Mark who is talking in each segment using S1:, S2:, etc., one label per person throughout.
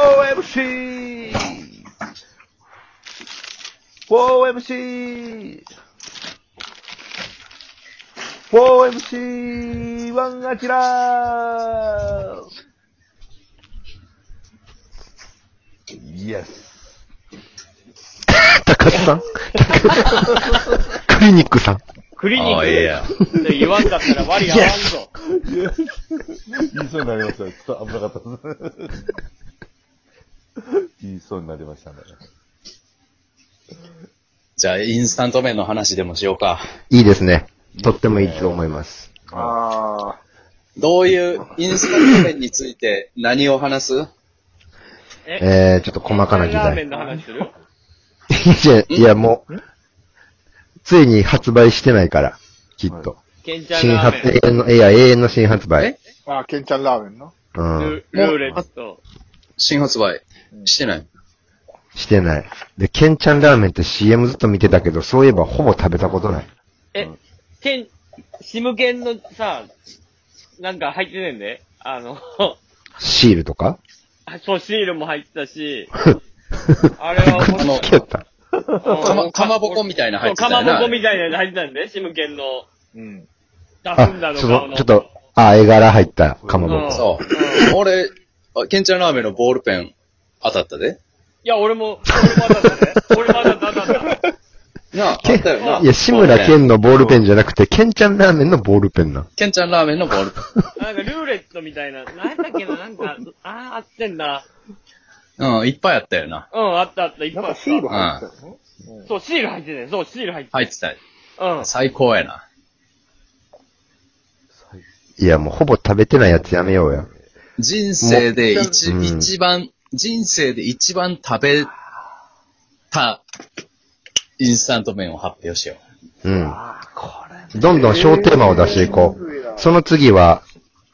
S1: 4MC! 4MC! 4MC! ワンアキラーイエス
S2: 高須さんクリニックさん。
S3: クリニッ
S4: あ
S3: ク
S4: あ、ええや。
S3: で言わんかったら割り合わんぞ。
S1: 言いそうになりましたね。ちょっと危なかったですね。言いそうになりましたね。
S4: じゃあ、インスタント麺の話でもしようか。
S2: いいですね。とってもいいと思います。
S1: あ
S4: どういう、インスタント麺について何を話す
S3: え、
S2: えー、ちょっと細かな議
S3: ラーメ
S2: 題
S3: ン。の話する
S2: いや、 いやもう、ついに発売してないから、きっと。
S3: ケンちゃん
S2: 新
S3: ラ
S2: 発、
S3: ーメ
S2: 永遠の、いや、永遠の新発売。
S5: ああ、ケンちゃんラーメンの。
S2: う
S3: ン。
S2: ん
S3: ル。ルーレット。
S4: 新発売してない。
S2: してない。で、ケンちゃんラーメンって CM ずっと見てたけど、そういえばほぼ食べたことない。
S3: え、ケン、シムケンのさ、なんか入ってねんで。あの、
S2: シールとか
S3: あそう、シールも入ってたし、あれは
S2: くっ
S3: 面
S2: つけよった。
S4: か
S3: 白
S4: ま、
S3: い。
S4: かまぼこみたいな入
S3: そ
S4: っ
S3: う、
S4: てた
S3: か
S4: よ
S3: ま
S4: な。
S3: ぼこみたいなの入ってたんで、シムケンの。
S5: うん。
S3: ダ
S2: あ、
S3: フンダの
S2: そ
S3: 顔
S2: の、
S3: の。
S2: ちょっと、あ、絵柄入った、かまぼ
S3: うん
S2: こ。
S4: そう。俺、あケンちゃんラーメンのボールペン当たったで。
S3: いや、俺も、俺も当たったね。俺も当たった、当たった。
S4: なあ、
S2: け
S4: あった よな。
S2: いや、志村け
S4: ケン
S2: んのボールペンじゃなくて、ケンちゃんラーメンのボールペンな。
S4: ケンちゃんラーメンのボールペ
S3: なんかルーレットみたいな、なんだっけな、なんか、ああ、あってんな。
S4: ン。うん、いっぱいあったよな。
S3: うん、あったあった、いっ
S5: な
S3: ぱ
S5: ん
S3: いあ
S5: か
S3: っ
S5: シール
S3: た。
S5: 入ってたよね。
S3: そう、シール入ってね、そう、シール入って。
S4: 入ってたよ。
S3: うん。
S4: 最高やな。
S2: いや、もうほぼ食べてないやつやめようや。
S4: 人生で一、
S2: うん
S4: 一番、人生で一番食べたインスタント麺を発表しよ
S2: うん。どんどん小テーマを出していこう。その次は、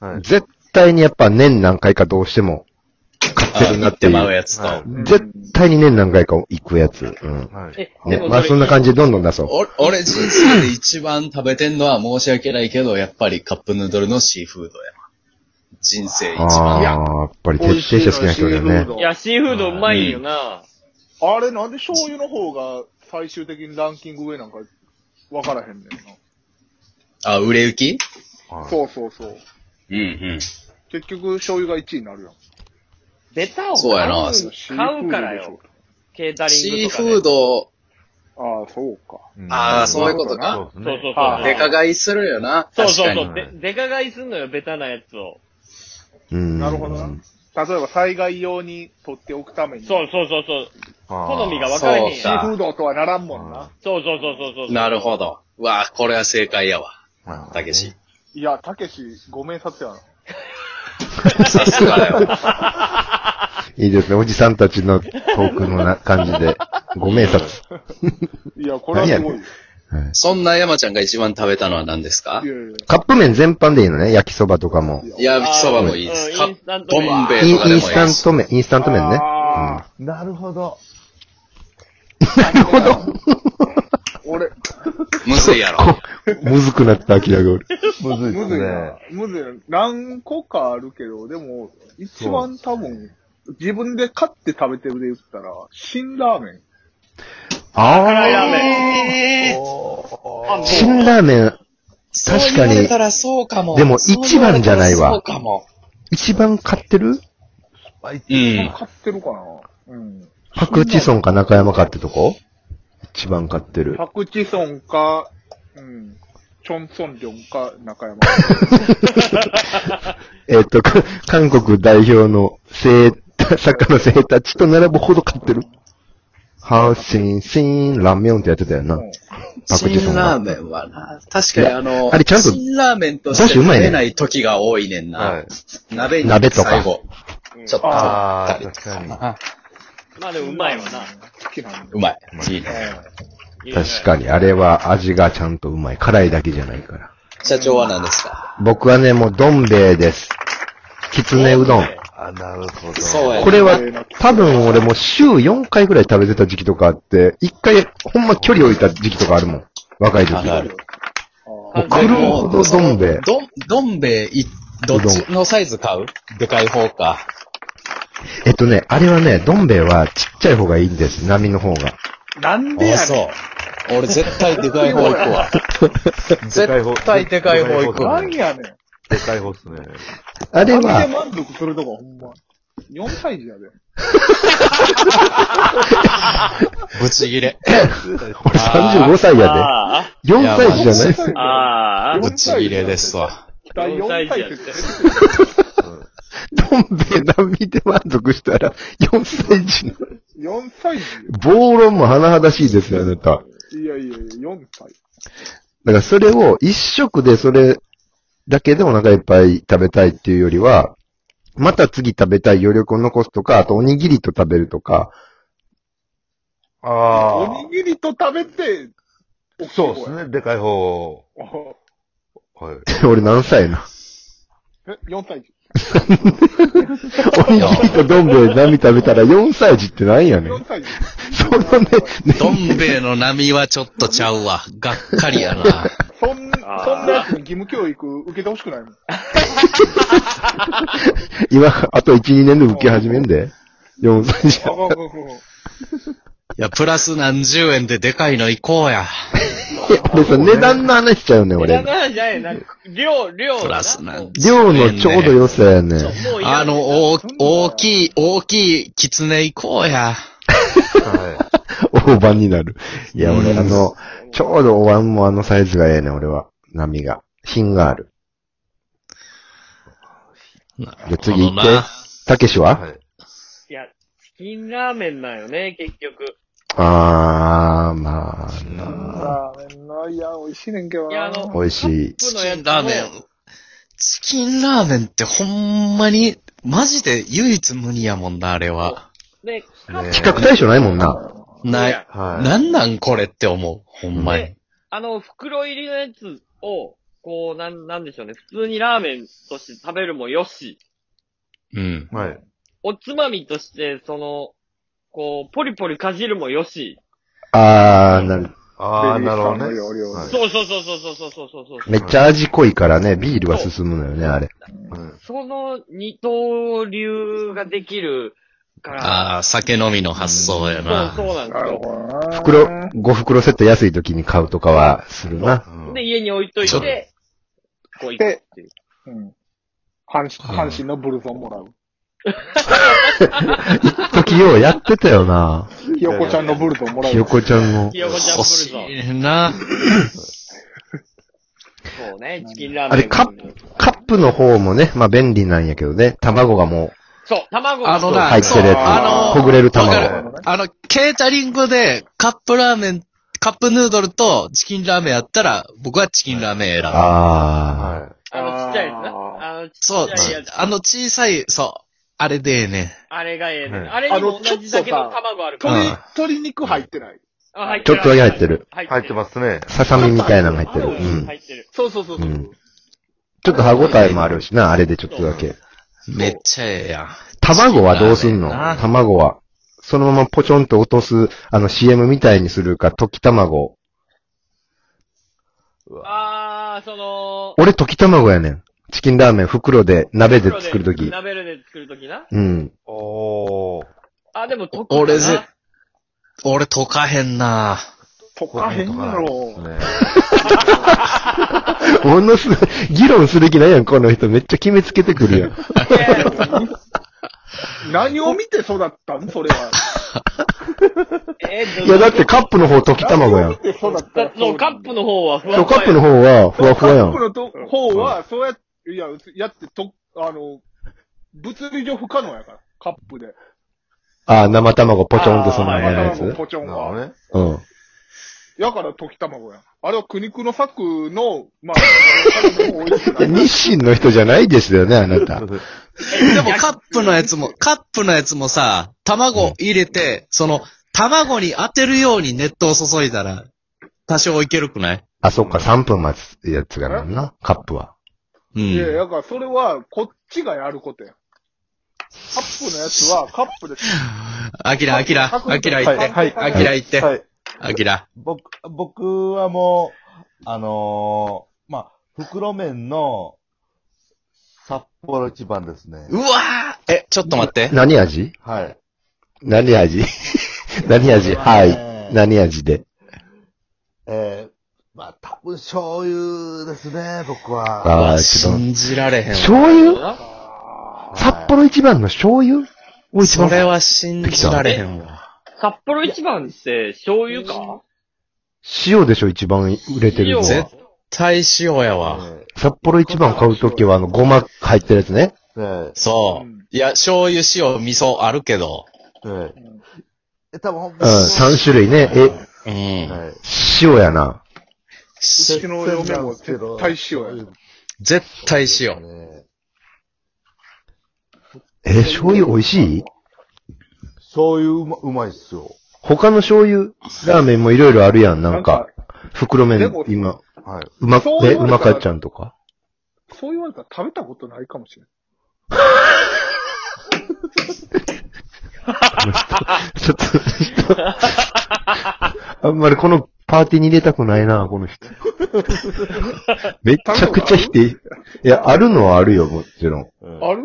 S1: はい
S2: 絶対にやっぱ年何回かどうしても買
S4: う。あ
S2: ってる
S4: 言
S2: な
S4: っ
S2: って
S4: て
S2: い
S4: まう
S2: う。
S4: やつと。
S2: 絶対に年何回か行くやつ。うん。
S1: あ。はい。
S3: え、で
S2: ね、
S3: も
S2: まあそんな感
S3: じ。
S2: じでどんどん出そう。
S4: お俺人生で一番食べてんのは申し訳ないけど、やっぱりカップヌードルのシーフードやわ。人生一
S2: ああ、
S4: 番。
S2: やっぱり徹底して好きな人だよね。
S3: いや、シーフードうまいよな。
S5: あれなんで醤油の方が最終的にランキング上なんか分からへんねんな。
S4: あ、売れ行き
S5: そうそうそう。
S4: うんうん。
S5: 結局醤油が1位になるやん。
S3: ベタを買う
S4: そうやな
S3: 買うからよ。ケータリングと
S4: シー
S3: か
S4: フ
S3: で。
S4: ード、
S5: ああ、そうか。
S4: ああ、そういうことな。
S1: そう
S3: そう
S1: で
S3: そう
S5: は
S3: そ
S4: デ
S3: う。
S4: カ買いするよな。
S3: そう
S4: 確
S3: そ
S4: か
S3: う
S4: に。
S3: そう。で、でか買いすんのよ、ベタなやつを。
S2: うん。
S5: なるほどな。例えば災害用に取っておくために。
S3: そうそうそう。そう
S1: すね。
S3: 好みが分かれへん
S4: そう
S5: シ
S3: やん
S4: か。
S5: ーフードとはならんもんな。
S3: そうそうそうそうそう。
S4: なるほど。うわあ、これは正解やわ。
S1: あ
S4: たけし。
S5: いや、たけし、ご名札やな。
S4: さすがだよ。
S2: いいですね。おじさんたちのトークのな感じで。ご名札。
S5: いや、これはすごいよ。
S4: そんな山ちゃんが一番食べたのは何ですか
S5: いやいやい
S2: カップ麺全般でいいのね。焼きそばとかも。
S4: 焼きそばもいいで
S3: う
S4: す。
S3: ん
S4: カ
S3: インスタン
S4: ッ
S3: ト
S4: ボ
S3: 麺
S4: ンベ
S2: イ
S4: イ
S2: ン
S4: とかで
S2: イン
S4: も
S2: ス
S4: いい
S2: タ
S4: で
S2: ン
S4: す。
S2: ト麺、インスタント麺ね。
S5: あ
S1: なるほど。
S2: なるほ ど。
S5: や。俺、
S4: むずいやろ。
S2: むずくなった、明らか俺。
S1: むずいで
S5: む
S1: す
S5: ずい
S1: ね
S5: な。。むずいな。何個かあるけど、でも、一番多分、自分で買って食べてるで言ったら、辛ラーメン。
S2: あ
S3: 辛いラー
S2: あ。
S3: メン。あ、もう。
S2: 辛ラーメン、
S4: そう
S2: 確
S4: 言
S2: か
S4: わ
S2: に
S4: れたらそうかも。
S2: でも
S4: そう言われたら
S2: 一番じゃないわ
S4: そうかも。
S2: 一番買ってる
S4: うん。
S5: 買ってるかなうん。
S2: パクチソンか中山かってとこ一番買ってる。
S5: パクチソンか、うん。チョンソンリョンか、中山。
S2: えっと、か韓国代表の生、 作家の生たちと並ぶほど買ってる。ハーシン、シン、ラーメンってやってたよな。パクチソ
S4: 辛
S2: ン
S4: ラー
S2: が。
S4: メンはな、確かにあの、
S2: あれちゃんと
S4: 辛ラーメンとして
S2: だしう
S4: 食
S2: まいね
S4: べない時が多いねんな。
S1: はい。
S4: 鍋に
S2: 鍋とか
S4: 最後、ちょっと、
S1: ああ、確かに。
S3: まあ でもうまいわな。
S5: 好きなんだ。
S4: うまい。いいね。
S2: 確かに、あれは味がちゃんとうまい。辛いだけじゃないから。
S4: 社長は何ですか
S2: 僕はね、もう、どん兵衛です。きつねうどん。
S1: あ、なるほど。
S4: そうや
S2: これは
S5: えー、
S2: 多分俺もう週4回ぐらい食べてた時期とかあって、1回、ほんま距離置いた時期とかあるもん。若い時。
S4: あ
S2: も
S4: る
S2: う来るほどどん兵衛。
S4: どん、どん兵衛い、どっちのサイズ買うでかい方か。
S2: えっとね、あれはね、どん兵衛はちっちゃい方がいいんです。波の方が。
S5: なんで
S4: あ、
S5: や
S4: そ
S5: ねん。
S4: う。俺絶対でかい方行く わ。絶対でかい方行く
S5: な
S4: わ
S5: ん。やねん。
S1: でかい方っすね。
S2: あれ
S5: でで
S2: は、
S5: 満足するとこほんま。4歳児やで。
S4: ぶち切れ。
S2: 俺35歳や
S3: あ
S2: で。4歳児じゃない
S5: いや
S3: あ、ああ、
S4: ぶち切れですわ。
S5: 第4歳児やで。
S2: どん兵衛波で満足したら、4歳児の。
S5: 4歳児
S2: 暴論も甚だしいですよ、あなた。
S5: いやいやいや、4歳。
S2: だからそれを一食でそれだけでお腹いっぱい食べたいっていうよりは、また次食べたい余力を残すとか、あとおにぎりと食べるとか、
S1: あ
S5: おにぎりと食べて、
S1: あ。そうですね、でかい方。
S5: あ。
S1: はい。
S2: 俺何歳な。
S5: え、4歳児。
S2: おにぎりとどん兵衛何食べたら4歳児ってなんやねん。
S5: 4歳児。
S2: そのね、
S4: どん兵衛の波はちょっとちゃうわ。がっかりやな。
S5: そん、そん
S3: あー
S5: なやつに義務教育受けてほしくないもん。
S2: 今、あと1、2年で受け始めんで。4歳 児。
S5: あかんあかんあかん
S4: いや、プラス何十円ででかいの行こうや。
S2: 俺さ、値段の話しちゃうねん、
S3: 俺。
S2: 俺。
S3: なんじゃないなんか、量、量。
S4: プラスなん
S2: 量のちょうど良さやねん。
S3: もういらん
S4: あの、大き大きい、大きい狐行こうや。
S1: は
S2: 大判になる。いや、俺、
S4: うん
S2: あの、ちょうどお椀もあのサイズがええねん、俺は。波が。品がある。で次行って
S4: あのな
S2: たけし
S1: い。
S2: は
S1: はい。
S3: いや、チキンラーメンなんよね、結局。
S2: あー、まあな、
S5: ラーメンな、いや、美味しいねんけど
S3: いや、あ
S5: な。
S3: の、
S2: 美味しい。
S4: チキンラーメン。チキンラーメンってほんまに、マジで唯一無二やもんな、あれは。
S3: ン。ね、カッ
S1: ね
S2: 比較対象ないもんな。
S3: プ
S4: な
S3: や
S4: い。
S1: はい。
S4: なんなんこれって思う。ほんまに
S3: ね。あの、袋入りのやつを、こう、なん、なんでしょうね。普通にラーメンとして食べるもよし、
S4: うん。
S1: はい。
S3: おつまみとして、その、こう、ポリポリかじるもよし。
S2: あー、なる。
S1: ああ、
S5: ベビ
S1: な
S5: ー
S1: る
S5: さ
S1: ほ
S5: ん
S1: ど
S5: の
S1: ね。
S5: 料理を
S1: はい
S3: そうそうそうそうそうそうそうそうそう。
S2: めっちゃ味濃いからね、ビールは進むのよね、あれ。
S1: うん
S3: その二刀流ができるから、
S4: ああ、酒飲みの発想やな。
S3: そうそうなんで
S5: な
S3: す
S5: る
S3: よ。
S5: ほどな。
S2: 袋、5袋セット安い時に買うとかはするな。
S1: うん
S3: で、家に置いとい、
S4: ちょって
S3: こう行くっていう。
S5: うん。阪神、阪神のブルゾンもらう。
S2: 時ようやってたよな。
S5: ひよこちゃんのブルゾンもら
S2: ひ
S5: う
S2: よ。こちゃんの。
S3: ひよこちゃん
S4: 欲
S3: ブ
S4: し
S3: ル
S4: いな。
S3: ゾン。そうね、チキンラーメン。
S2: あれ、カップ、カップの方もね、まあ便利なんやけどね、卵がも
S3: そう、卵が
S4: あの
S2: う
S4: な、
S2: 入ってるやつ。
S4: あのー
S2: ほぐれる
S4: わ
S2: 卵。
S4: か
S5: わ
S4: る。あの、ケータリングでカップラーメン、カップヌードルとチキンラーメンやったら、僕はチキンラーメン選ぶ。
S2: あ
S1: は
S3: あの、ちっちゃいやつな。あの、ち
S4: そう、
S3: っちゃいやつ。
S4: あの小さい、そう、あれでええね。
S3: あれがええね
S1: はい
S3: ん。あれにも同じだけの卵あるから。
S5: 鶏
S4: うん、
S5: 鶏肉入ってない。
S3: あ入
S2: い。ちょっとだけ入ってる。
S3: 入。
S1: い。入ってますすね。
S2: ささみみたいなの入ってる。
S3: う、
S2: うんん。
S3: 入ってる。
S5: そうそうそうそう。
S2: うんちょっと歯応えもあるしな、あれでちょっとだけ。
S4: めっちゃええやん。
S2: 卵はどうすんの
S4: チキンラーメンな
S2: 卵は。そのままポチョンと落とす、あの CM みたいにするか、溶き卵。
S1: うわ
S3: あー、その、
S2: 俺溶き卵やねん。チキンラーメン袋で、鍋で作るとき。
S3: 鍋で作るときな。
S2: うん。
S1: おー。
S3: あ、でも溶くかな
S4: 俺ぜ、俺溶かへんな。
S5: 溶かへんやろ。
S1: ね
S2: ものすごい、議論する気ないやん、この人。めっちゃ決めつけてくるやん。
S3: いやいや
S5: 何を見て育ったんそれは。
S3: えー
S2: いや、だってカップの方溶き卵やん。
S5: 何を見て育っ
S3: だ
S5: た
S3: そう、カップの方はふわふ
S2: そう、
S3: わ。
S2: カップの方はふわふわや
S5: カップ
S2: ん。
S5: のと方は、そうやって、いや、やってと、あの、物理上不可能やから。カップで。
S2: ああ、生卵ポチョンとそのままのや
S5: 頭
S2: つ。
S5: もポチョン
S1: なるほど
S5: は。
S1: ね。
S2: うん。
S5: やから溶き卵や。あれは苦肉の策の、ま あ、もう美味しくない
S2: 日清の人じゃないですよね、あなた。
S4: でもカップのやつも、カップのやつもさ、卵入れて、その、卵に当てるように熱湯を注いだら、多少いけるくない
S2: あ、そっか、3分待つやつがなんな、カップは。
S4: う
S5: いや、
S4: ん。
S5: だからそれは、こっちがやることや。カップのやつは、カップで。
S4: アキラ、アキラ、アキラ行って、
S5: はい。
S4: アキラ行って、
S6: はい。
S4: アキラ。
S6: 僕、僕はもう、あのー、まあ、袋麺の札幌一番ですね。
S4: うわえ、ちょっと待って。
S2: 何味
S1: はい。
S2: 何味 何味はい。何味で。
S1: えー、まあ、多分醤油ですね、僕は。
S2: ああ、ちょっと。
S4: 信じられへんわ。
S2: 醤油
S3: な
S2: 札幌一番の醤油を一
S4: そ
S2: 番。
S4: れは信じられへんわ。
S3: 札幌一番って醤油か
S2: 塩でしょ、一番売れてるの
S3: 塩
S2: は
S4: ぜ。大塩やわ。
S1: え
S2: 札幌一番買うときは、あの、ごま入ってるやつね。
S1: ー、え
S4: そううんいや、醤油、塩、味噌あるけど。
S1: ー、えー。え、多分ほん
S2: うん、三種類ね。え、
S4: うん。
S1: はい。
S2: 塩やな。
S4: し
S5: ちの嫁も絶対塩や
S1: や。
S4: 絶対塩。
S1: ね
S2: えー、醤油美味しい
S1: 醤油うまうまいっすよ。
S2: 他の醤油、ラーメンもいろいろあるやん。なんか、袋
S5: で
S2: 麺
S5: も、
S2: 今、
S1: はい。
S2: うま、
S5: そう
S2: え、
S5: 言
S2: う
S5: われたら
S2: まかっちゃんとか。
S5: そう言われたら食べたことないかもしれない。
S2: ちょっと、ちょっと、あんまりこのパーティーに入れたくないな、この人。めっちゃくちゃ否定。いや、あるのはあるよ、もちろん。
S5: ある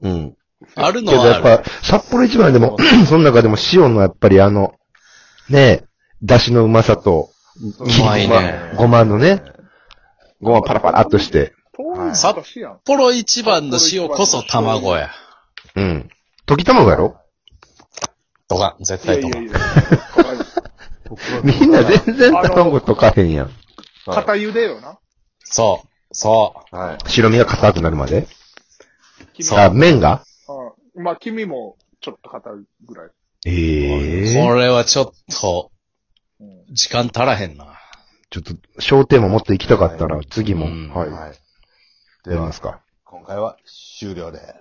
S2: うん。
S4: ある
S2: け
S4: の
S2: ど
S4: は
S2: やっ
S4: ある。
S2: ぱ、札幌一番で も、その中でも塩のやっぱりあの、ねえ、出汁のうまさと、
S1: う
S4: まいね
S2: ごまのね、ごまパラパラっとして。
S5: 遠い
S4: さ
S5: 昔やん。
S4: ポロ一番の塩こそ卵や。
S2: うん。溶き卵やろ
S4: とか、絶
S5: いや
S4: 対
S5: い
S4: と
S5: や
S4: か
S5: い。 や。はい
S2: みんな全然卵溶かへんやん。
S5: 片茹でよな。
S4: そう。そ
S1: はい。
S2: 白身が硬くなるまで。
S5: 君
S4: そう
S2: あ、麺が
S5: うんまあ、君もちょっと片ぐらい。
S2: え
S4: う。
S2: え
S4: これはちょっ
S5: う
S4: と、
S5: ん
S4: 時間足らへんな。
S2: ちょっと、焦点ももっと行きたかったら、次も
S4: う、ん
S2: はい、
S1: はい。で
S2: 出ま
S1: は
S2: す、か。
S1: 今回は終了です。